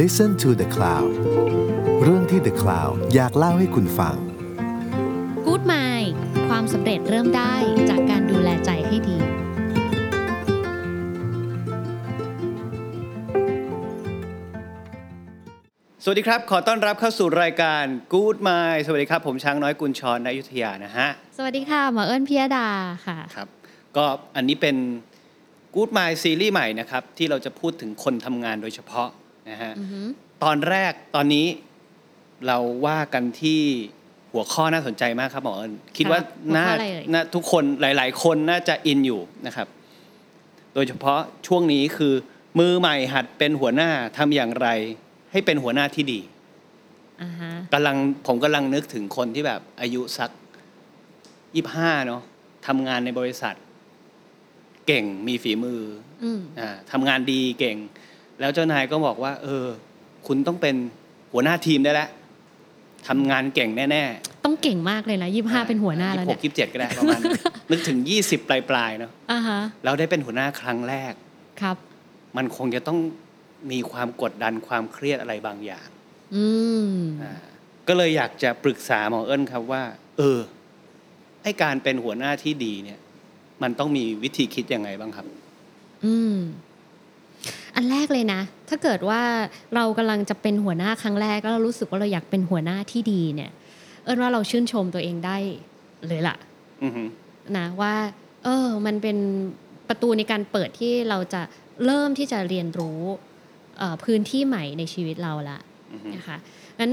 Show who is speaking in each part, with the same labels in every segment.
Speaker 1: Listen to the Cloud เรื่องที่ The Cloud อยากเล่าให้คุณฟัง
Speaker 2: กู๊ดไมล์ความสำเร็จเริ่มได้จากการดูแลใจให้ดี
Speaker 3: สวัสดีครับ ขอต้อนรับเข้าสู่รายการ Good Mind สวัสดีครับ ผมช้างน้อยกุญชรณอยุธยานะฮะ
Speaker 2: สวัสดีค่ะ หมอเอิญพิยดาค่ะ
Speaker 3: ครับ ก็อันนี้เป็น Good Mind ซีรีส์ใหม่นะครับ ที่เราจะพูดถึงคนทำงานโดยเฉพาะนะฮะ
Speaker 2: อือหือ
Speaker 3: ตอนแรกตอนนี้เราว่ากันที่หัวข้อน่าสนใจมากครับหมอเอิญคิดว่าน่า
Speaker 2: หัวข้ออะไรเอ่ย
Speaker 3: น่าทุกคนหลาย ๆ คนน่าจะอินอยู่นะครับ โดยเฉพาะช่วงนี้คือมือใหม่หัดเป็นหัวหน้าทำอย่างไร ให้เป็นหัวหน้าที่ดี
Speaker 2: อ่าฮะ
Speaker 3: กำลังผมกำลังนึกถึงคนที่แบบอายุสักยี่ห้าเนาะทำงานในบริษัท เก่งมีฝีมือ
Speaker 2: อืม
Speaker 3: อ่าทำงานดีเก่ง แล้วเจ้านายก็บอกว่า เออ คุณต้องเป็นหัวหน้าทีมได้แล้วทำงานเก่งแน่
Speaker 2: ต้องเก่งมากเลยนะยี่
Speaker 3: ๆ
Speaker 2: ห้าเป็นหัวหน้าแล้ว
Speaker 3: ยี่ห
Speaker 2: เนี่
Speaker 3: ก
Speaker 2: ย
Speaker 3: ยี่เจ็ดก็ได้ประมาณนั้น นึกถึงยี่สิบปลายๆเนาะ
Speaker 2: อ่าฮะ
Speaker 3: เราได้เป็นหัวหน้าครั้งแรก
Speaker 2: ครับ
Speaker 3: มันคงจะต้องมีความกดดันความเครียดอะไรบางอย่าง
Speaker 2: อืม
Speaker 3: อ่าก็เลยอยากจะปรึกษาหมอเอิญครับว่า เออไอการเป็นหัวหน้าที่ดีเนี่ย มันต้องมีวิธีคิดยังไงบ้างครับ
Speaker 2: อืม อันแรกเลยนะ ถ้าเกิดว่าเรากำลังจะเป็นหัวหน้าครั้งแรก แล้วเรารู้สึกว่าเราอยากเป็นหัวหน้าที่ดีเนี่ย เอิญว่าเราชื่นชมตัวเองได้เลยล่ะ
Speaker 3: อือหือ
Speaker 2: นะว่า เออ มันเป็นประตูในการเปิดที่เราจะเริ่มที่จะเรียนรู้เอ่อพื้นที่ใหม่ในชีวิตเราละ
Speaker 3: อือหือ
Speaker 2: นะคะงั้น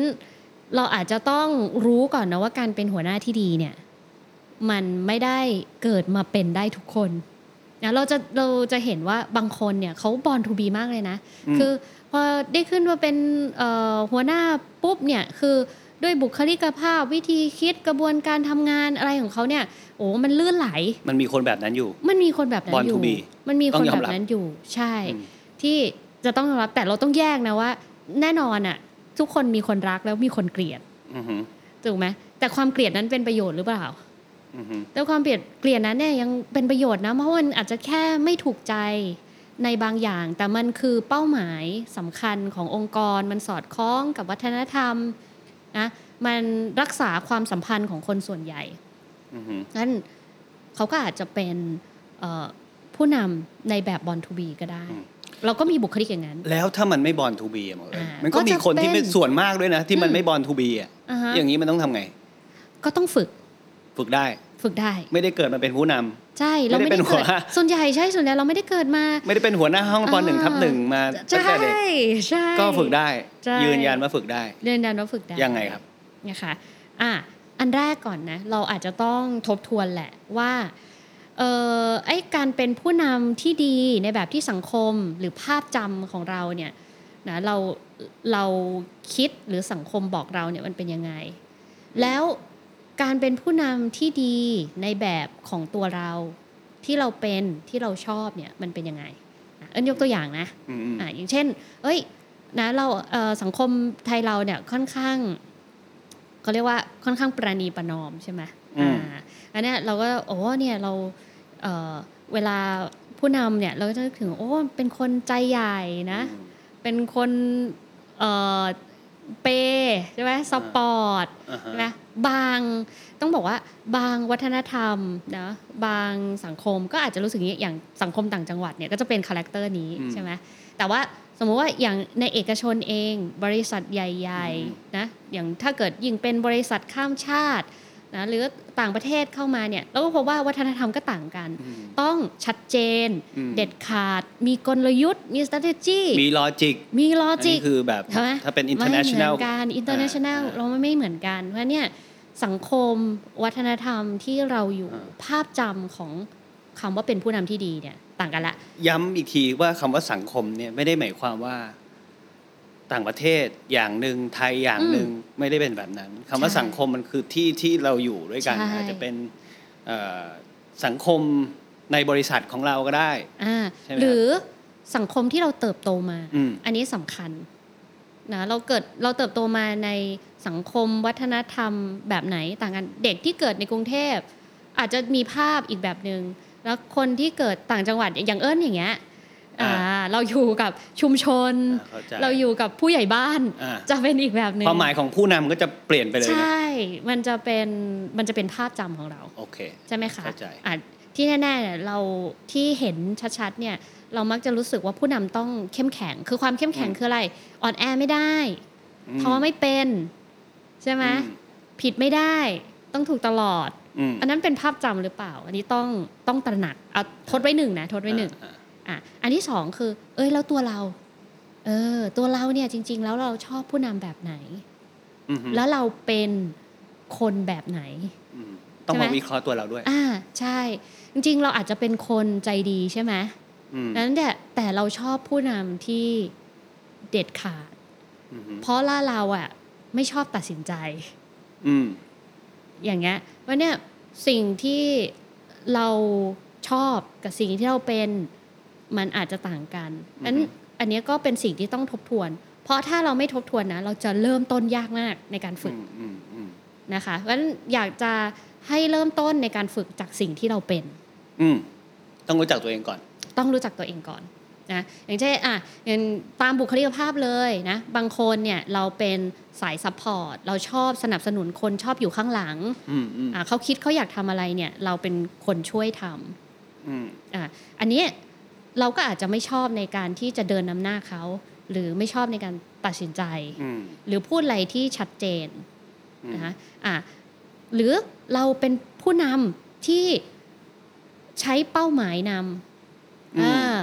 Speaker 2: เราอาจจะต้องรู้ก่อนนะว่าการเป็นหัวหน้าที่ดีเนี่ย มันไม่ได้เกิดมาเป็นได้ทุกคนนะเราจะเราจะเห็นว่าบางคนเนี่ยเขาบอลทูบีมากเลยนะ
Speaker 3: อืม
Speaker 2: คือพอได้ขึ้นมาเป็นเอ่อหัวหน้าปุ๊บเนี่ยคือด้วยบุคลิกภาพวิธีคิดกระบวนการทำงานอะไรของเขาเนี่ยโอ้มันลื่นไหล
Speaker 3: มันมีคนแบบนั้นอยู่
Speaker 2: มันมีคนแบบนั้น
Speaker 3: Born
Speaker 2: อยู่
Speaker 3: to be
Speaker 2: มันมี
Speaker 3: ต้
Speaker 2: ค
Speaker 3: อน งยอ
Speaker 2: แบ
Speaker 3: ม
Speaker 2: บ
Speaker 3: รั
Speaker 2: บ นั้นอยู่ใช่
Speaker 3: อืม
Speaker 2: ที่จะต้องยอมรับแต่เราต้องแยกนะว่า แน่นอนอะทุกคนมีคนรักแล้วมีคนเกลียด
Speaker 3: อือหือ
Speaker 2: ถูกไหมแต่ความเกลียดนั้นเป็นประโยชน์หรือเปล่า
Speaker 3: อือหือ
Speaker 2: แต่ความเกลียดเกลียดนั้นเนี่ยยังเป็นประโยชน์นะเพราะมันอาจจะแค่ไม่ถูกใจในบางอย่าง แต่มันคือเป้าหมายสำคัญขององค์กร มันสอดคล้องกับวัฒนธรรมนะมันรักษาความสัมพันธ์ของคนส่วนใหญ่
Speaker 3: อือหือ
Speaker 2: งั้นเขาก็อาจจะเป็นเอ่อผู้นำในแบบบอลทูบีก็ได้ เราก็มีบุคลิกอย่างนั้น
Speaker 3: แล้วถ้ามันไม่บอลทูบีอะหมอเอิญ
Speaker 2: อ่ามั
Speaker 3: มันก็มีคนที่ไม่
Speaker 2: ก็จะเป็น
Speaker 3: ส่วนมากด้วยนะ ที่มัน
Speaker 2: อืม
Speaker 3: ไม่บอลทูบีอ่ะ
Speaker 2: อ่าฮะ
Speaker 3: อย่างนี้มันต้องทำไง
Speaker 2: ก็ต้องฝึก
Speaker 3: ฝึกได้
Speaker 2: ฝึกได้
Speaker 3: ไม่ได้เกิดมาเป็นผู้นำ
Speaker 2: ใช่เราไม่
Speaker 3: ไม่ได้เป็
Speaker 2: ได้
Speaker 3: นหั
Speaker 2: เกิ
Speaker 3: ว
Speaker 2: ดส่วนใหญ่ใช่ส่วนใหญ่เราไม่ได้เกิดมา
Speaker 3: ไม่ได้เป็นหัวหน้าห้องปหนึ่ง
Speaker 2: อ่า
Speaker 3: ทับหนึ่งมาตั้ง
Speaker 2: ใช่
Speaker 3: แต่เด็ก
Speaker 2: ใช่
Speaker 3: ก็ฝึกได้
Speaker 2: ใช่
Speaker 3: ยืนยันว่าฝึกได้
Speaker 2: เรียนดันว่าฝึกได้
Speaker 3: ยังไงครับ
Speaker 2: นะคะอ่ะอันแรกก่อนนะ เราอาจจะต้องทบทวนแหละว่าเออไอการเป็นผู้นำที่ดีในแบบที่สังคมหรือภาพจำของเราเนี่ยนะเราเราคิดหรือสังคมบอกเราเนี่ยมันเป็นยังไง แล้วการเป็นผู้นำที่ดีในแบบของตัวเราที่เราเป็นที่เราชอบเนี่ยมันเป็นยังไงอ่ะเอิ้นยกตัวอย่างนะ
Speaker 3: อืมอืม
Speaker 2: อ่ะอย่างเช่น เอ้ย นะ เราเอ่อสังคมไทยเราเนี่ยค่อนข้างเขาเรียกว่าค่อนข้างประนีประนอมใช่ไหมอ่า อันเนี้ยเราก็ โอ้ เนี่ย เราเอ่อเวลาผู้นำเนี่ย เราก็จะนึกถึง โอ้ เป็นคนใจใหญ่นะ เป็นคนเอ่อเปย์ใช่ไหมสปอร์ต
Speaker 3: อ่าฮะ
Speaker 2: นะบางต้องบอกว่าบางวัฒนธรรมนะบางสังคมก็อาจจะรู้สึกอย่างนี้อย่างสังคมต่างจังหวัดเนี่ยก็จะเป็นคาแรคเตอร์นี้
Speaker 3: อืม
Speaker 2: ใช่ไหมแต่ว่าสมมุติว่าอย่างในเอกชนเองบริษัทใหญ่
Speaker 3: อืม
Speaker 2: ๆนะอย่างถ้าเกิดยิ่งเป็นบริษัทข้ามชาตินะหรือต่างประเทศเข้ามาเนี่ยเราก็พบว่าวัฒนธรรมก็ต่างกัน
Speaker 3: อืม
Speaker 2: ต้องชัดเจน
Speaker 3: อืม
Speaker 2: เด็ดขาด มีกลยุทธ์ มี strategy
Speaker 3: มีลอจิก
Speaker 2: มี
Speaker 3: อัน
Speaker 2: logic
Speaker 3: นี้คือแบบ
Speaker 2: ใช่ไหม
Speaker 3: ถ้าเป็น
Speaker 2: ไม่เหมื
Speaker 3: international
Speaker 2: อนกัน international
Speaker 3: อ่า
Speaker 2: เราไม่เหมือนกัน เพราะเนี่ยสังคมวัฒนธรรมที่เราอยู่
Speaker 3: อ่า
Speaker 2: ภาพจำของคำว่าเป็นผู้นำที่ดีเนี่ยต่างกันละ
Speaker 3: ย้ำอีกทีว่าคำว่าสังคมเนี่ยไม่ได้หมายความว่า ต่างประเทศอย่างหนึ่งไทยอย่างหนึ่งไม่ได้เป็นแบบนั้นคำว่า
Speaker 2: ใช่
Speaker 3: สังคมมันคือที่ที่เราอยู่ด้วยกัน
Speaker 2: ใช่
Speaker 3: อาจจะเป็นเอ่อสังคมในบริษัทของเราก็ได้
Speaker 2: อ่า
Speaker 3: ใช่ไหมครับ
Speaker 2: หรือสังคมที่เราเติบโตมา
Speaker 3: อืม
Speaker 2: อันนี้สำคัญนะเราเกิดเราเติบโตมาในสังคมวัฒนธรรมแบบไหนต่างกันเด็กที่เกิดในกรุงเทพ อาจจะมีภาพอีกแบบหนึง่งแล้วคนที่เกิดต่างจังหวัดอย่างเอิญอย่างเงี้ย อ่า
Speaker 3: อ่า
Speaker 2: เราอยู่กับชุมชน
Speaker 3: อ่าเข้าใจ
Speaker 2: เราอยู่กับผู้ใหญ่บ้าน
Speaker 3: อ่า
Speaker 2: จะเป็นอีกแบบหนึ่ง
Speaker 3: ความหมายของผู้นำก็จะเปลี่ยนไปเลย
Speaker 2: ใช
Speaker 3: นะ
Speaker 2: ่ มันจะเป็นมันจะเป็นภาพจำของเรา
Speaker 3: โอเค
Speaker 2: ใช่ไหมคะ
Speaker 3: เข้าใจ
Speaker 2: อ่ะที่แน่ๆเนี่ยเราที่เห็นชัดๆเนี่ยเรามักจะรู้สึกว่าผู้นำต้องเข้มแข็ง คือความเข้มแข็งคืออะไรอ่อนแอไม่ได้
Speaker 3: ม
Speaker 2: ท้อไม่เป็นใช่ไหม
Speaker 3: อืม
Speaker 2: ผิดไม่ได้ต้องถูกตลอด
Speaker 3: อืม
Speaker 2: อันนั้นเป็นภาพจำหรือเปล่า อันนี้ต้องต้องตระหนักเอาทดไว้หนึ่งนะทดไว้หนึ่ง
Speaker 3: อ่า
Speaker 2: อ่ะอันที่สองคือ เอ้ยแล้วตัวเรา เออ ตัวเราเนี่ยจริง ๆ แล้วเราชอบผู้นำแบบไหน
Speaker 3: อืมฮึ
Speaker 2: แล้วเราเป็นคนแบบไหน
Speaker 3: อืมต้อง
Speaker 2: ใช่
Speaker 3: มา
Speaker 2: ไหม
Speaker 3: วิเคราะห์ตัวเราด้วย
Speaker 2: อ่าใช่ จริงๆ เราอาจจะเป็นคนใจดีใช่ไหม
Speaker 3: อืม
Speaker 2: นั้นแต่แต่เราชอบผู้นำที่เด็ดขาด
Speaker 3: อืมฮึ
Speaker 2: เพราะล่าเราอ่ะไม่ชอบตัดสินใจ
Speaker 3: อืม
Speaker 2: อย่างเงี้ยวันเนี้ยสิ่งที่เราชอบกับสิ่งที่เราเป็นมันอาจจะต่างกันอัน
Speaker 3: อือฮึ
Speaker 2: อันเนี้ยก็เป็นสิ่งที่ต้องทบทวน เพราะถ้าเราไม่ทบทวนนะ เราจะเริ่มต้นยากมากในการฝึก
Speaker 3: อืมอืมอืม
Speaker 2: นะคะเพราะฉะนั้นอยากจะให้เริ่มต้นในการฝึกจากสิ่งที่เราเป็น
Speaker 3: อืมต้องรู้จักตัวเองก่อน
Speaker 2: ต้องรู้จักตัวเองก่อนนะอย่างเช่นอ่ะอย่างตามบุคลิกภาพเลยนะบางคนเนี่ยเราเป็นสายซัพพอร์ตเราชอบสนับสนุนคนชอบอยู่ข้างหลัง
Speaker 3: อืมอืม
Speaker 2: อ่ะเขาคิดเขาอยากทำอะไรเนี่ยเราเป็นคนช่วยท
Speaker 3: อืม
Speaker 2: ำอ่ะอันเนี้ยเราก็อาจจะไม่ชอบในการที่จะเดินนำหน้าเขาหรือไม่ชอบในการตัดสินใจ
Speaker 3: อืม
Speaker 2: หรือพูดอะไรที่ชัดเจน
Speaker 3: อืม
Speaker 2: นะคะอ่ะหรือเราเป็นผู้นำที่ใช้เป้าหมายนำ
Speaker 3: อื
Speaker 2: อ่าม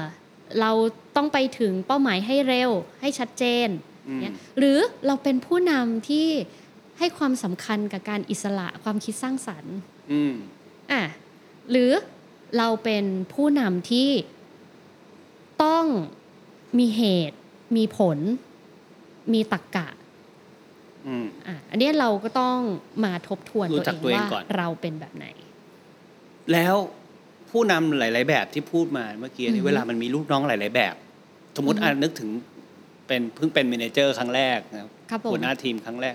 Speaker 2: เราต้องไปถึงเป้าหมายให้เร็วให้ชัดเจน
Speaker 3: อืม
Speaker 2: เนี่ยหรือเราเป็นผู้นำที่ให้ความสำคัญกับการอิสระความคิดสร้างสรรค์
Speaker 3: อืม
Speaker 2: อ่ะหรือเราเป็นผู้นำที่ต้องมีเหตุ มีผล มีตรรกกะ
Speaker 3: อืม
Speaker 2: อ่ะอันเนี้ยเราก็ต้องมาทบทวน
Speaker 3: รู้จักตัวเอง
Speaker 2: ว่า
Speaker 3: ก่อน
Speaker 2: เราเป็นแบบไหน
Speaker 3: แล้วผู้นำหลาย ๆ แบบที่พูดมาเมื่อกี้
Speaker 2: อือฮึ
Speaker 3: นี่เวลามันมีลูกน้องหลาย ๆ แบบ สมมติ
Speaker 2: อือฮึ
Speaker 3: อ่านึกถึงเป็นเพิ่งเป็นเมเนเจอร์ครั้งแรกนะครับ
Speaker 2: ครับผม
Speaker 3: หัวหน้าทีมครั้งแรก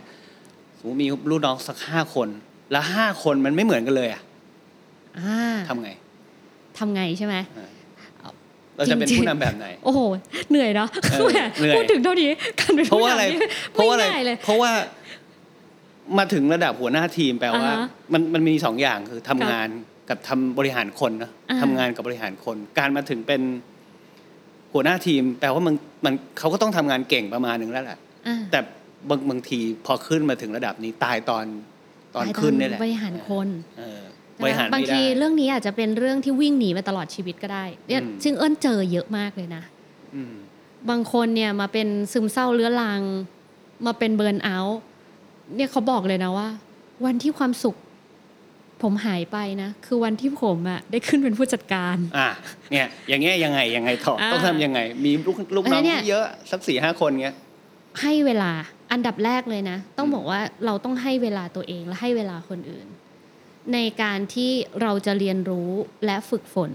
Speaker 3: สมมติมีลูกน้องสักห้าคน แล้วห้าคนมันไม่เหมือนกันเลยอะ
Speaker 2: อ่า
Speaker 3: ทำไง
Speaker 2: ทำไงใช่ไหม
Speaker 3: อ่าเราจะเป็น
Speaker 2: จริงๆ
Speaker 3: ผู้นำแบบไหน
Speaker 2: โอ้โห เหนื่อยเนาะ
Speaker 3: เออ
Speaker 2: แหม
Speaker 3: เหนื่อย
Speaker 2: พูดถึงเท่านี้การเป็น
Speaker 3: เพราะ
Speaker 2: ผู้
Speaker 3: ว่าอะไร
Speaker 2: นำนี่
Speaker 3: เพราะว่าอะไร
Speaker 2: ไม่ง่ายเลย
Speaker 3: เพราะว่ามาถึงระดับหัวหน้าทีมแปลว่า
Speaker 2: อ่าฮะ
Speaker 3: มันมันมีสองอย่างคือทำงานกับทำบริหารคนนะ
Speaker 2: อ่า
Speaker 3: ทำงานกับบริหารคน การมาถึงเป็นหัวหน้าทีม แปลว่ามันมันเขาก็ต้องทำงานเก่งประมาณหนึ่งแล้วแหละ
Speaker 2: อ่า
Speaker 3: แต่บางบางทีพอขึ้นมาถึงระดับนี้ตายตอนตอนขึ้นนี่แหละ
Speaker 2: บริหารคน
Speaker 3: เออ
Speaker 2: ใช่ไหม
Speaker 3: บริหาร
Speaker 2: บาง
Speaker 3: ไม่ได้
Speaker 2: ทีเรื่องนี้อาจจะเป็นเรื่องที่วิ่งหนีมาตลอดชีวิตก็ได้เนี่ย
Speaker 3: อืม
Speaker 2: ซึ่งเอิ้นเจอเยอะมากเลยนะ
Speaker 3: อืม
Speaker 2: บางคนเนี่ยมาเป็นซึมเศร้าเรื้อรัง มาเป็นเบิร์นเอาท์เนี่ยเขาบอกเลยนะว่า วันที่ความสุข ผมหายไปนะ คือวันที่ผมอะได้ขึ้นเป็นผู้จัดการ
Speaker 3: อ่ะเนี่ย อย่างเงี้ยยังไงยังไงต่อ
Speaker 2: อ่า
Speaker 3: ต้องทำยังไง มีลูกลูกน้อง
Speaker 2: แล้วเนี่ย
Speaker 3: เยอะสักสี่ห้าคนเงี้ย
Speaker 2: ให้เวลาอันดับแรกเลยนะ ต้อง
Speaker 3: อืม
Speaker 2: บอกว่าเราต้องให้เวลาตัวเองและให้เวลาคนอื่น ในการที่เราจะเรียนรู้และฝึกฝน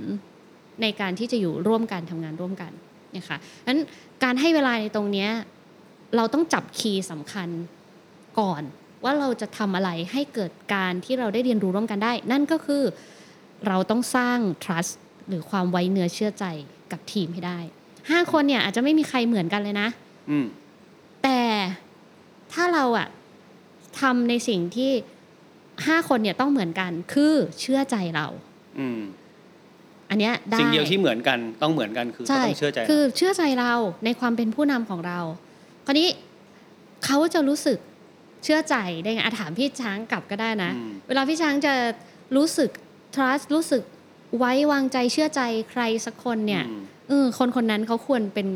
Speaker 2: ในการที่จะอยู่ร่วมกันทำงานร่วมกันนะคะนั้นการให้เวลาในตรงเนี้ยเราต้องจับคีย์สำคัญก่อน ว่าเราจะทำอะไรให้เกิดการที่เราได้เรียนรู้ร่วมกันได้ นั่นก็คือเราต้องสร้าง trust หรือความไว้เนื้อเชื่อใจกับทีมให้ได้ห้าคนเนี่ยอาจจะไม่มีใครเหมือนกันเลยนะ
Speaker 3: อืม
Speaker 2: แต่ถ้าเราอะทำในสิ่งที่ห้าคนเนี่ยต้องเหมือนกันคือเชื่อใจเรา
Speaker 3: อืม
Speaker 2: อันเนี้ยได้
Speaker 3: สิ่งเดียวที่เหมือนกันต้องเหมือนกันคือเขาต้องเชื่อใจเรา
Speaker 2: คือเชื่อใจเราในความเป็นผู้นำของเรา คราวนี้เขาจะรู้สึกเชื่อใจได้ไงอาถามพี่ช้างกลับก็ได้นะ
Speaker 3: ม
Speaker 2: เวลาพี่ช้างจะรู้สึก trust รู้สึกไว้วางใจเชื่อใจใครสักคนเนี่ย
Speaker 3: อืม
Speaker 2: เออคนคนนั้นเขาควรเป็น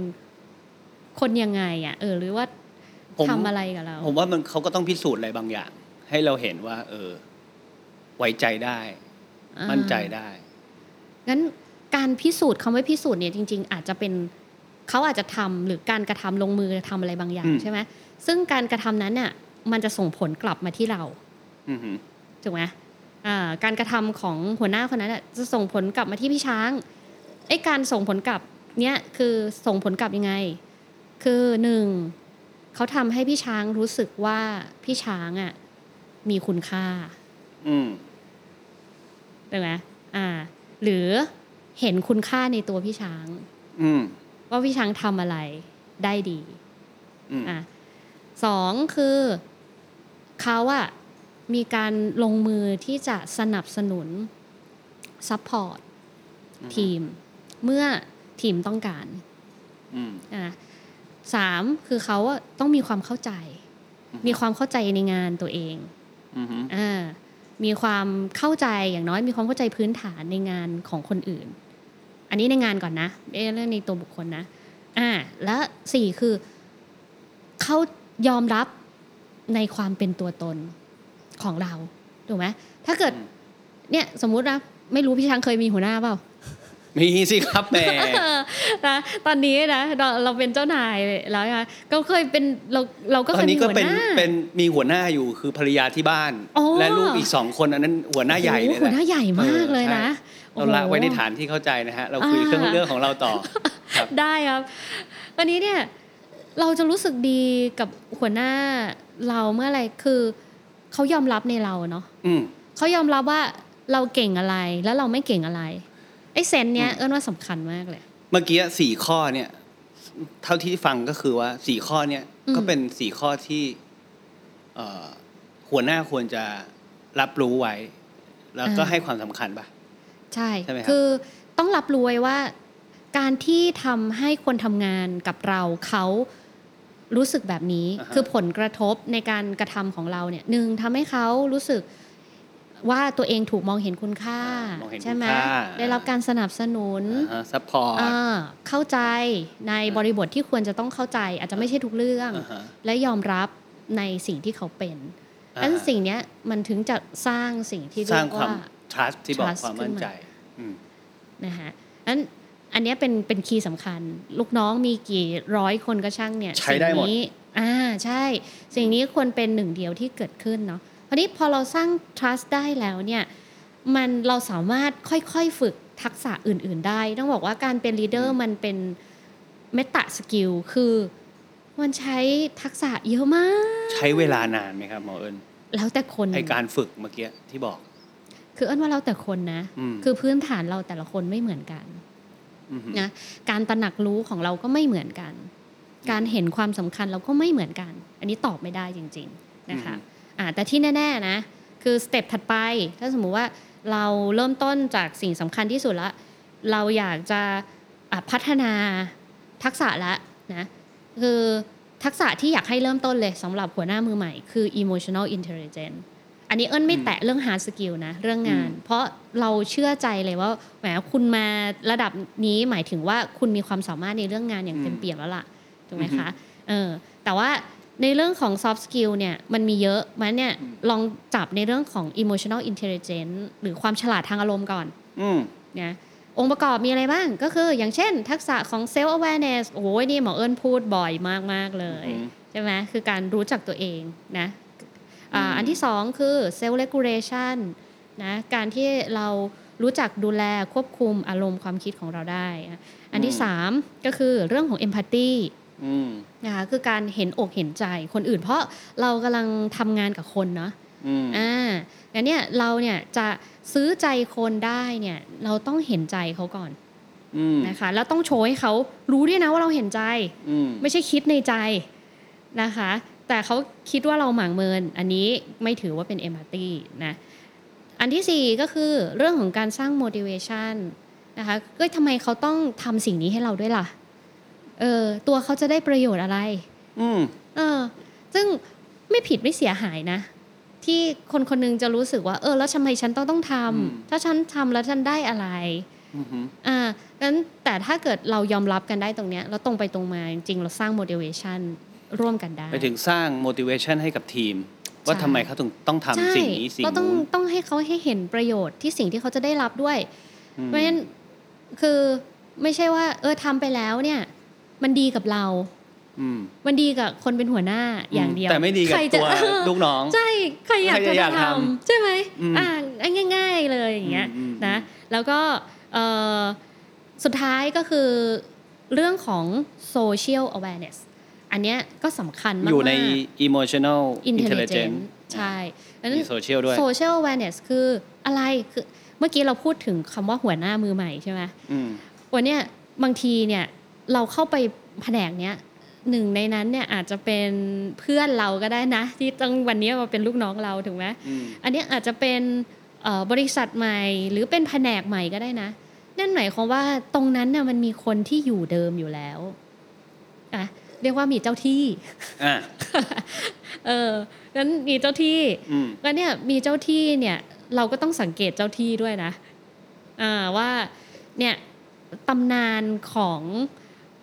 Speaker 2: คนยังไงอะเออ หรือว่า
Speaker 3: ผม
Speaker 2: ทำอะไรกับเรา
Speaker 3: ผมว่ามันเขาก็ต้องพิสูจน์อะไรบางอย่าง ให้เราเห็นว่า เออ ไว้ใจได้
Speaker 2: อ่า
Speaker 3: มั่นใจได้
Speaker 2: งั้นการพิสูจน์คำว่าพิสูจน์เนี่ยจริง ๆ อาจจะเป็นเขาอาจจะทำหรือการกระทำลงมือทำอะไรบางอย่าง
Speaker 3: อืม
Speaker 2: ใช่ไหมซึ่งการกระทำนั้นน่ะมันจะส่งผลกลับมาที่เรา
Speaker 3: อือหือ
Speaker 2: ถูกไหมอ่าการกระทำของหัวหน้าคนนั้นน่ะจะส่งผลกลับมาที่พี่ช้างไอ้การส่งผลกลับเนี่ยคือส่งผลกลับยังไง คือหนึ่งเขาทำให้พี่ช้างรู้สึกว่าพี่ช้างอ่ะมีคุณค่า
Speaker 3: อืม
Speaker 2: ถูกไหมอ่า หรือเห็นคุณค่าในตัวพี่ช้าง
Speaker 3: อืม
Speaker 2: ว่าพี่ช้างทำอะไรได้ดี
Speaker 3: อืม
Speaker 2: อ่ะสองคือเขาอะมีการลงมือที่จะสนับสนุนซัพพอร์ตทีม เมื่อทีมต้องการ
Speaker 3: อืม
Speaker 2: อ่ะสามคือเขาอะต้องมีความเข้าใจ มีความเข้าใจในงานตัวเอง
Speaker 3: อืมอืม
Speaker 2: อ่ามีความเข้าใจอย่างน้อยมีความเข้าใจพื้นฐานในงานของคนอื่น อันนี้ในงานก่อนนะเอ๊ะเรื่องในตัวบุคคลนะอ่าและสี่คือเขายอมรับในความเป็นตัวตนของเราถูกไหมถ้าเกิดเนี่ยสมมุตินะไม่รู้พี่ช้างเคยมีหัวหน้าเปล่า
Speaker 3: มีสิครับแหม่
Speaker 2: เออ นะตอนนี้นะเราเราเป็นเจ้านายแล้วนะก็เคยเป็นเราเรา ก็
Speaker 3: ต
Speaker 2: เค
Speaker 3: อน
Speaker 2: ย
Speaker 3: นี้
Speaker 2: มี
Speaker 3: ก็
Speaker 2: หัว
Speaker 3: เป็
Speaker 2: ห
Speaker 3: น
Speaker 2: น้า
Speaker 3: เป็นมีหัวหน้าอยู่คือภรรยาที่บ้าน
Speaker 2: โอ้
Speaker 3: และลูกอีกสองคนอันนั้นหัวหน้าใหญ่เล
Speaker 2: โอ้
Speaker 3: ย
Speaker 2: โหัวห
Speaker 3: นะ
Speaker 2: น้าใหญ่มากเลยนะโอ้
Speaker 3: เรา
Speaker 2: โห
Speaker 3: ละไว้ในฐานที่เข้าใจนะฮะ เราคุย
Speaker 2: อ่า
Speaker 3: เรื่องเรื่องของเรา ต่อ ครับ
Speaker 2: ได้ครับวันนี้เนี่ยเราจะรู้สึกดีกับหัวหน้าเราเมื่อไหรคือเขายอมรับในเราเนาะ
Speaker 3: อืม
Speaker 2: เขายอมรับว่าเราเก่งอะไรแล้วเราไม่เก่งอะไรไอ้เซนส์เนี้ย
Speaker 3: อืม
Speaker 2: เอิ้นว่าสำคัญมากเลย
Speaker 3: เมื่อกี้สี่ข้อเนี่ย เท่าที่ฟังก็คือว่าสี่ข้อเนี่ย
Speaker 2: อืม
Speaker 3: ก็เป็นสี่ข้อที่เอ่อหัวหน้าควรจะรับรู้ไว้ แล้วก็ให้ความสำคัญป่ะ
Speaker 2: ใช่
Speaker 3: ใช่ไหมครับ
Speaker 2: คือต้องรับรู้ไว้ว่าการที่ทำให้คนทำงานกับเราเขารู้สึกแบบนี้ คือผลกระทบในการกระทำของเราเนี่ยหนึ่งทำให้เขารู้สึกว่าตัวเองถูกมองเห็นคุณค่า
Speaker 3: มองเห็น
Speaker 2: ใช่ไหม
Speaker 3: คุณค่า
Speaker 2: ได้รับการสนับสนุน
Speaker 3: ซัพพอร์ต
Speaker 2: อ่าเข้าใจในบริบทที่ควรจะต้องเข้าใจ อาจจะไม่ใช่ทุกเรื่อง และยอมรับในสิ่งที่เขาเป็นดั
Speaker 3: อ่า
Speaker 2: งนั้นสิ่งเนี้ยมันถึงจะสร้างสิ่งที่
Speaker 3: ส
Speaker 2: เรี
Speaker 3: ร้าย ง
Speaker 2: ก
Speaker 3: ควา
Speaker 2: ว่า
Speaker 3: ม trust ที่บอก
Speaker 2: trust
Speaker 3: ความมั่นใจ อืม
Speaker 2: นะคะอันอันเนี้ยเป็นเป็นคีย์สำคัญ ลูกน้องมีกี่ร้อยคนก็ช่างเนี่ย
Speaker 3: ใช้ได้หมด
Speaker 2: สิ่งนี้อ่าใช่ สิ่งนี้ควรเป็นหนึ่งเดียวที่เกิดขึ้นเนาะคราวนี้พอเราสร้าง trust ได้แล้วเนี่ยมันเราสามารถค่อยๆฝึกทักษะอื่น ๆ ได้ ต้องบอกว่าการเป็น leader มันเป็นเมตาสกิลคือมันใช้ทักษะเยอะมาก
Speaker 3: ใช้เวลานานไหมครับหมอเอิญ
Speaker 2: แล้วแต่คน
Speaker 3: ไอการฝึกเมื่อกี้ที่บอก
Speaker 2: คือเอิ้นว่าแล้วแต่คนนะ
Speaker 3: อืม
Speaker 2: คือพื้นฐานเราแต่ละคนไม่เหมือนกัน
Speaker 3: อือหือ
Speaker 2: นะการตระหนักรู้ของเราก็ไม่เหมือนกัน การเห็นความสำคัญเราก็ไม่เหมือนกัน อันนี้ตอบไม่ได้จริงๆนะคะ
Speaker 3: อืม
Speaker 2: อ่าแต่ที่แน่ๆนะคือสเต็ปถัดไป ถ้าสมมุติว่าเราเริ่มต้นจากสิ่งสำคัญที่สุดละ เราอยากจะอ่ะพัฒนาทักษะละนะคือทักษะที่อยากให้เริ่มต้นเลยสำหรับหัวหน้ามือใหม่คือ emotional intelligence อันนี้เอิญไม่แตะเรื่อง hard skill นะ เรื่องงาน เพราะเราเชื่อใจเลยว่าแหมคุณมาระดับนี้หมายถึงว่าคุณมีความสามารถในเรื่องงานอย่างเต็มเปี่ยมแล้วล่ะ ถูกไหมคะเออแต่ว่าในเรื่องของ soft skill เนี่ยมันมีเยอะมันเนี่ยลองจับในเรื่องของ emotional intelligence หรือความฉลาดทางอารมณ์ก่อน
Speaker 3: อืม
Speaker 2: นะองค์ประกอบมีอะไรบ้างก็คืออย่างเช่น ทักษะของ self awareness โอ้ยนี่หมอเอิญพูดบ่อยมาก ๆ เลย
Speaker 3: อือหือ
Speaker 2: ใช่ไหมคือการรู้จักตัวเองนะอ่า
Speaker 3: อืม
Speaker 2: อันที่สองคือ self regulation นะการที่เรารู้จักดูแลควบคุมอารมณ์ความคิดของเราได้อ่ะอันที่สามก็คือเรื่องของ empathy
Speaker 3: อืม
Speaker 2: นะคะคือการเห็นอกเห็นใจคนอื่น เพราะเรากำลังทำงานกับคนเนาะ
Speaker 3: อืม
Speaker 2: อ่าแล้วเนี่ยเราเนี่ยจะซื้อใจคนได้เนี่ยเราต้องเห็นใจเขาก่อน
Speaker 3: อืม
Speaker 2: นะคะ แล้วต้องโชว์ให้เขารู้ด้วยนะว่าเราเห็นใจ
Speaker 3: อืม
Speaker 2: ไม่ใช่คิดในใจนะคะ แต่เขาคิดว่าเราหมางเมิน อันนี้ไม่ถือว่าเป็นเอมพัตตีนะอันที่สี่ก็คือเรื่องของการสร้าง motivation นะคะเอ้ยทำไมเขาต้องทำสิ่งนี้ให้เราด้วยล่ะเออตัวเขาจะได้ประโยชน์อะไร
Speaker 3: อืม
Speaker 2: เออซึ่งไม่ผิดไม่เสียหายนะ ที่คนคนหนึงจะรู้สึกว่า เออ แล้วทำไมฉันต้องต้องท
Speaker 3: อืม
Speaker 2: ำถ้าฉันทำแล้วฉันได้อะไร
Speaker 3: อือหือ
Speaker 2: อ่างั้นแต่ถ้าเกิดเรายอมรับกันได้ตรงเนี้ยแล้วตรงไปตรงมาจริงๆเราสร้าง motivation ร่วมกันได้
Speaker 3: ไปถึงสร้าง motivation ให้กับทีม ว่าทำไมเขาถึงต้องทำ
Speaker 2: ใช่
Speaker 3: สิ่งนี้สิ่ง
Speaker 2: เราต้อง
Speaker 3: นู้น
Speaker 2: ต้องให้เขาให้เห็นประโยชน์ที่สิ่งที่เขาจะได้รับด้วย
Speaker 3: อืม
Speaker 2: เพราะฉะนั้นคือไม่ใช่ว่า เออทำไปแล้วเนี่ย มันดีกับเรา
Speaker 3: อืม
Speaker 2: มันดีกับคนเป็นหัวหน้าอย่างเดียว
Speaker 3: แต่ไม่ดีกับ
Speaker 2: ใครจะ
Speaker 3: ตัวลูกน้อง
Speaker 2: ใช่ ใครอยาก
Speaker 3: ใคร
Speaker 2: จะ
Speaker 3: จะอยาก
Speaker 2: ท
Speaker 3: ท
Speaker 2: ำใช่ไหม
Speaker 3: อืม
Speaker 2: อ่าง่าย ๆเลยอย่างเงี้ย
Speaker 3: อืมอืม
Speaker 2: นะ
Speaker 3: อืม
Speaker 2: แล้วก็เอ่อสุดท้ายก็คือเรื่องของ social awareness อันเนี้ยก็สำคัญมาก
Speaker 3: อยู่ใน
Speaker 2: ๆ
Speaker 3: emotional
Speaker 2: intelligent
Speaker 3: intelligence
Speaker 2: ใช่ดัง
Speaker 3: มี social ด้วย
Speaker 2: social awareness คืออะไรคือเมื่อกี้เราพูดถึงคำว่าหัวหน้ามือใหม่ใช่ไหม
Speaker 3: อืม
Speaker 2: วันเนี้ยบางทีเนี่ย เราเข้าไปแผนกเนี้ยหนึ่งในนั้นเนี่ยอาจจะเป็นเพื่อนเราก็ได้นะ ที่ต้องวันนี้มาเป็นลูกน้องเราถูกไหม
Speaker 3: อืม
Speaker 2: อันเนี้ยอาจจะเป็นเอ่อบริษัทใหม่หรือเป็นแผนกใหม่ก็ได้นะ นั่นหมายความว่าตรงนั้นน่ะมันมีคนที่อยู่เดิมอยู่แล้วอ่ะเรียกว่ามีเจ้าที่
Speaker 3: อ่า
Speaker 2: เออนั้นมีเจ้าที่
Speaker 3: อืม
Speaker 2: แล้วเนี่ยมีเจ้าที่เนี่ยเราก็ต้องสังเกตเจ้าที่ด้วยนะอ่าว่าเนี่ยตำนานของ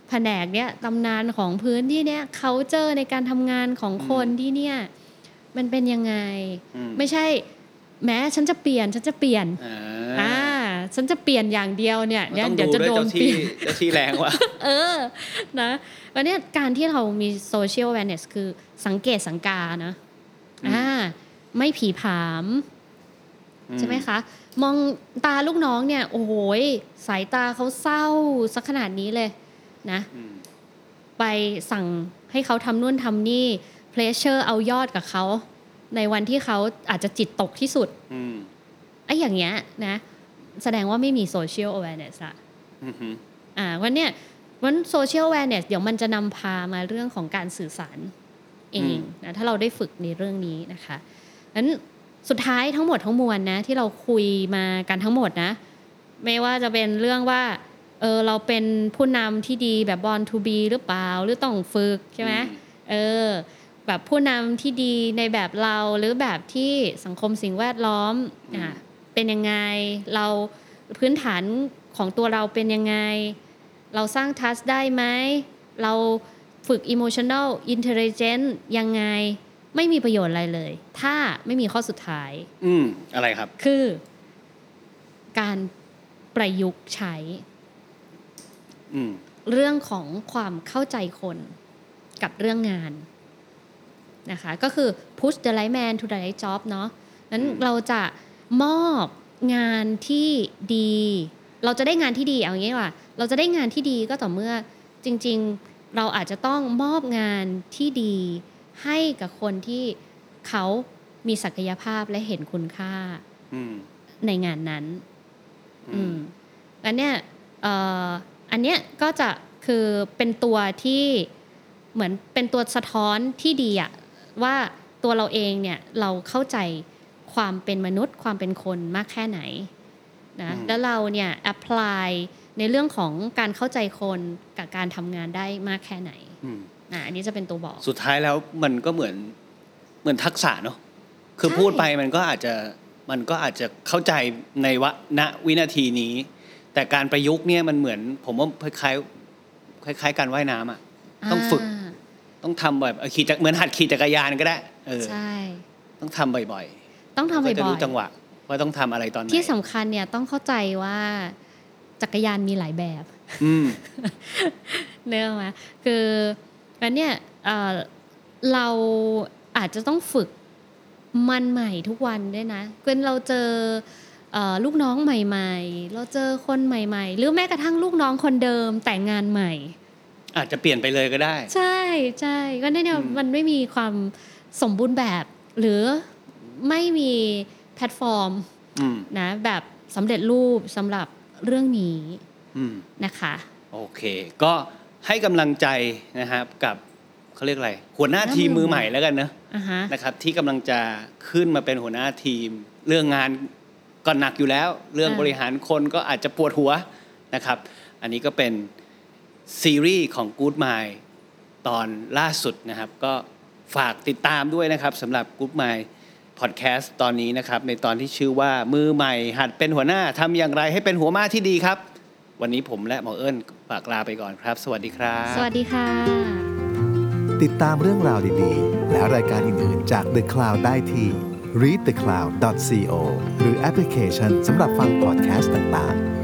Speaker 2: แผนกเนี่ยตำนานของพื้นที่เนี่ยเขาเจอในการทำงานของคน
Speaker 3: อืม
Speaker 2: ที่เนี่ยมันเป็นยังไง
Speaker 3: อืม
Speaker 2: ไม่ใช่แม้ฉันจะเปลี่ยนฉันจะเปลี่ยน
Speaker 3: อ่า
Speaker 2: อ่าฉันจะเปลี่ยนอย่างเดียวเนี่ย
Speaker 3: เรา
Speaker 2: เนี่ย
Speaker 3: ต้อง
Speaker 2: เดี๋ยวจะ
Speaker 3: วย
Speaker 2: โดน
Speaker 3: เจ้า
Speaker 2: เปลี่
Speaker 3: ที่
Speaker 2: ยน
Speaker 3: เจ้าที่แรงว่ะ
Speaker 2: เออนะ วันเนี้ยการที่เรามีโซเชียลแว n เนสคือสังเกตสังกานะ
Speaker 3: อืม
Speaker 2: อ่าไม่ผีผาม ใช่ไหมคะ มองตาลูกน้องเนี่ย โอ้โหยสายตาเขาเศร้าสักขนาดนี้เลยนะ
Speaker 3: อืม
Speaker 2: ไปสั่งให้เขาทำนู่นทำนี่เพลชเชอร์เอายอดกับเขาในวันที่เขาอาจจะจิตตกที่สุด
Speaker 3: อืม
Speaker 2: ไอ้อย่างเงี้ยนะ แสดงว่าไม่มีโซเชียล awareness ละ
Speaker 3: อืมอืม
Speaker 2: อ่าวันเนี้ยวันโซเชียล awareness เดี๋ยวมันจะนำพามาเรื่องของการสื่อสารเองนะถ้าเราได้ฝึกในเรื่องนี้นะคะนั้นสุดท้ายทั้งหมดทั้งมวลนะที่เราคุยมากันทั้งหมดนะ ไม่ว่าจะเป็นเรื่องว่าเออเราเป็นผู้นำที่ดีแบบ born to be หรือเปล่า หรือต้องฝึกใช่ไหม เออแบบผู้นำที่ดีในแบบเราหรือแบบที่สังคมสิ่งแวดล้อมอ่ะเป็นยังไงเราพื้นฐานของตัวเราเป็นยังไง เราสร้างทัสได้ไหม เราฝึก emotional intelligence ยังไงไม่มีประโยชน์อะไรเลย ถ้าไม่มีข้อสุดท้าย
Speaker 3: อืมอะไรครับ
Speaker 2: คือการประยุกต์ใช้
Speaker 3: อืม
Speaker 2: เรื่องของความเข้าใจคนกับเรื่องงานนะคะก็คือ push the right man to the right job เนาะนั้นเราจะมอบงานที่ดี เราจะได้งานที่ดีเอาอย่างนี้ดีกว่าเราจะได้งานที่ดีก็ต่อเมื่อจริงๆเราอาจจะต้องมอบงานที่ดี ให้กับคนที่เขามีศักยภาพและเห็นคุณค่า
Speaker 3: อืม
Speaker 2: ในงานนั้น
Speaker 3: อื
Speaker 2: อื
Speaker 3: ม
Speaker 2: มอันเนี้ยเอ่ออันเนี้ยก็จะคือเป็นตัวที่เหมือนเป็นตัวสะท้อนที่ดีอะว่าตัวเราเองเนี่ยเราเข้าใจความเป็นมนุษย์ความเป็นคนมากแค่ไหนนะแล้วเราเนี่ยแอพพลายในเรื่องของการเข้าใจคนกับการทำงานได้มากแค่ไหน
Speaker 3: อืม
Speaker 2: อ่ะอันนี้จะเป็นตัวบอก
Speaker 3: สุดท้ายแล้วมันก็เหมือนเหมือนทักษะเนอะคือ
Speaker 2: ใช่
Speaker 3: พูดไปมันก็อาจจะมันก็อาจจะเข้าใจในวะณวินาทีนี้ แต่การประยุกต์เนี่ยมันเหมือน ผมว่าคล้ายๆคล้ายๆการว่ายน้ำอ่ะ ต้องฝึก
Speaker 2: า
Speaker 3: ต้องทำแบบเอ่อขี่จักรเหมือนหัดขี่จักรยานก็ได้เออ
Speaker 2: ใช่
Speaker 3: ต้องทำบ่อย
Speaker 2: ต้อง
Speaker 3: ๆ
Speaker 2: ทำ
Speaker 3: ก็
Speaker 2: บ่
Speaker 3: จะ
Speaker 2: อ
Speaker 3: รู้
Speaker 2: ย
Speaker 3: จังหวะ ว่าต้องทำอะไรตอนไหน
Speaker 2: ๆที่สำคัญเนี่ยต้องเข้าใจว่าจักรยานมีหลายแบบ
Speaker 3: อืม
Speaker 2: เนื้ออกไหมาคืออันเนี้ยเอ่อเราอาจจะต้องฝึกมันใหม่ทุกวันด้วยนะเกินเราเจอเอ่อลูกน้องใหม่ ๆ เราเจอคนใหม่ ๆ หรือแม้กระทั่งลูกน้องคนเดิมแต่งงานใหม่
Speaker 3: อาจจะเปลี่ยนไปเลยก็ได้
Speaker 2: ใช่ใช่ก็เนี่ยเนี่ย
Speaker 3: อืม
Speaker 2: มันไม่มีความสมบูรณ์แบบ หรือไม่มีแพลตฟอร์ม
Speaker 3: อืม
Speaker 2: นะแบบสำเร็จรูปสำหรับเรื่องนี้
Speaker 3: อืม
Speaker 2: นะคะ
Speaker 3: โอเค ก็ให้กำลังใจนะครับกับเขาเรียกอะไร หัวหน้าทีมมือใหม่แล้วกันเนอะ
Speaker 2: อ่ะฮะ
Speaker 3: นะครับ ที่กำลังจะขึ้นมาเป็นหัวหน้าทีม เรื่องงานก็หนักอยู่แล้ว เรื่อง
Speaker 2: อ่า
Speaker 3: บริหารคนก็อาจจะปวดหัวนะครับ อันนี้ก็เป็นซีรีส์ของ Good Mind ตอนล่าสุดนะครับ ก็ฝากติดตามด้วยนะครับสำหรับ Good Mind Podcast ตอนนี้นะครับ ในตอนที่ชื่อว่ามือใหม่หัดเป็นหัวหน้าทำอย่างไรให้เป็นหัวหน้าที่ดีครับ วันนี้ผมและหมอเอิญฝากลาไปก่อนครับ สวัสดีครับ
Speaker 2: สวัสดีค่ะ
Speaker 1: ติดตามเรื่องราวดีๆ และรายการอื่นๆ จาก The Cloud ได้ที่ readthecloud.co หรือแอปพลิเคชันสำหรับฟังพอดแคสต์ต่างๆ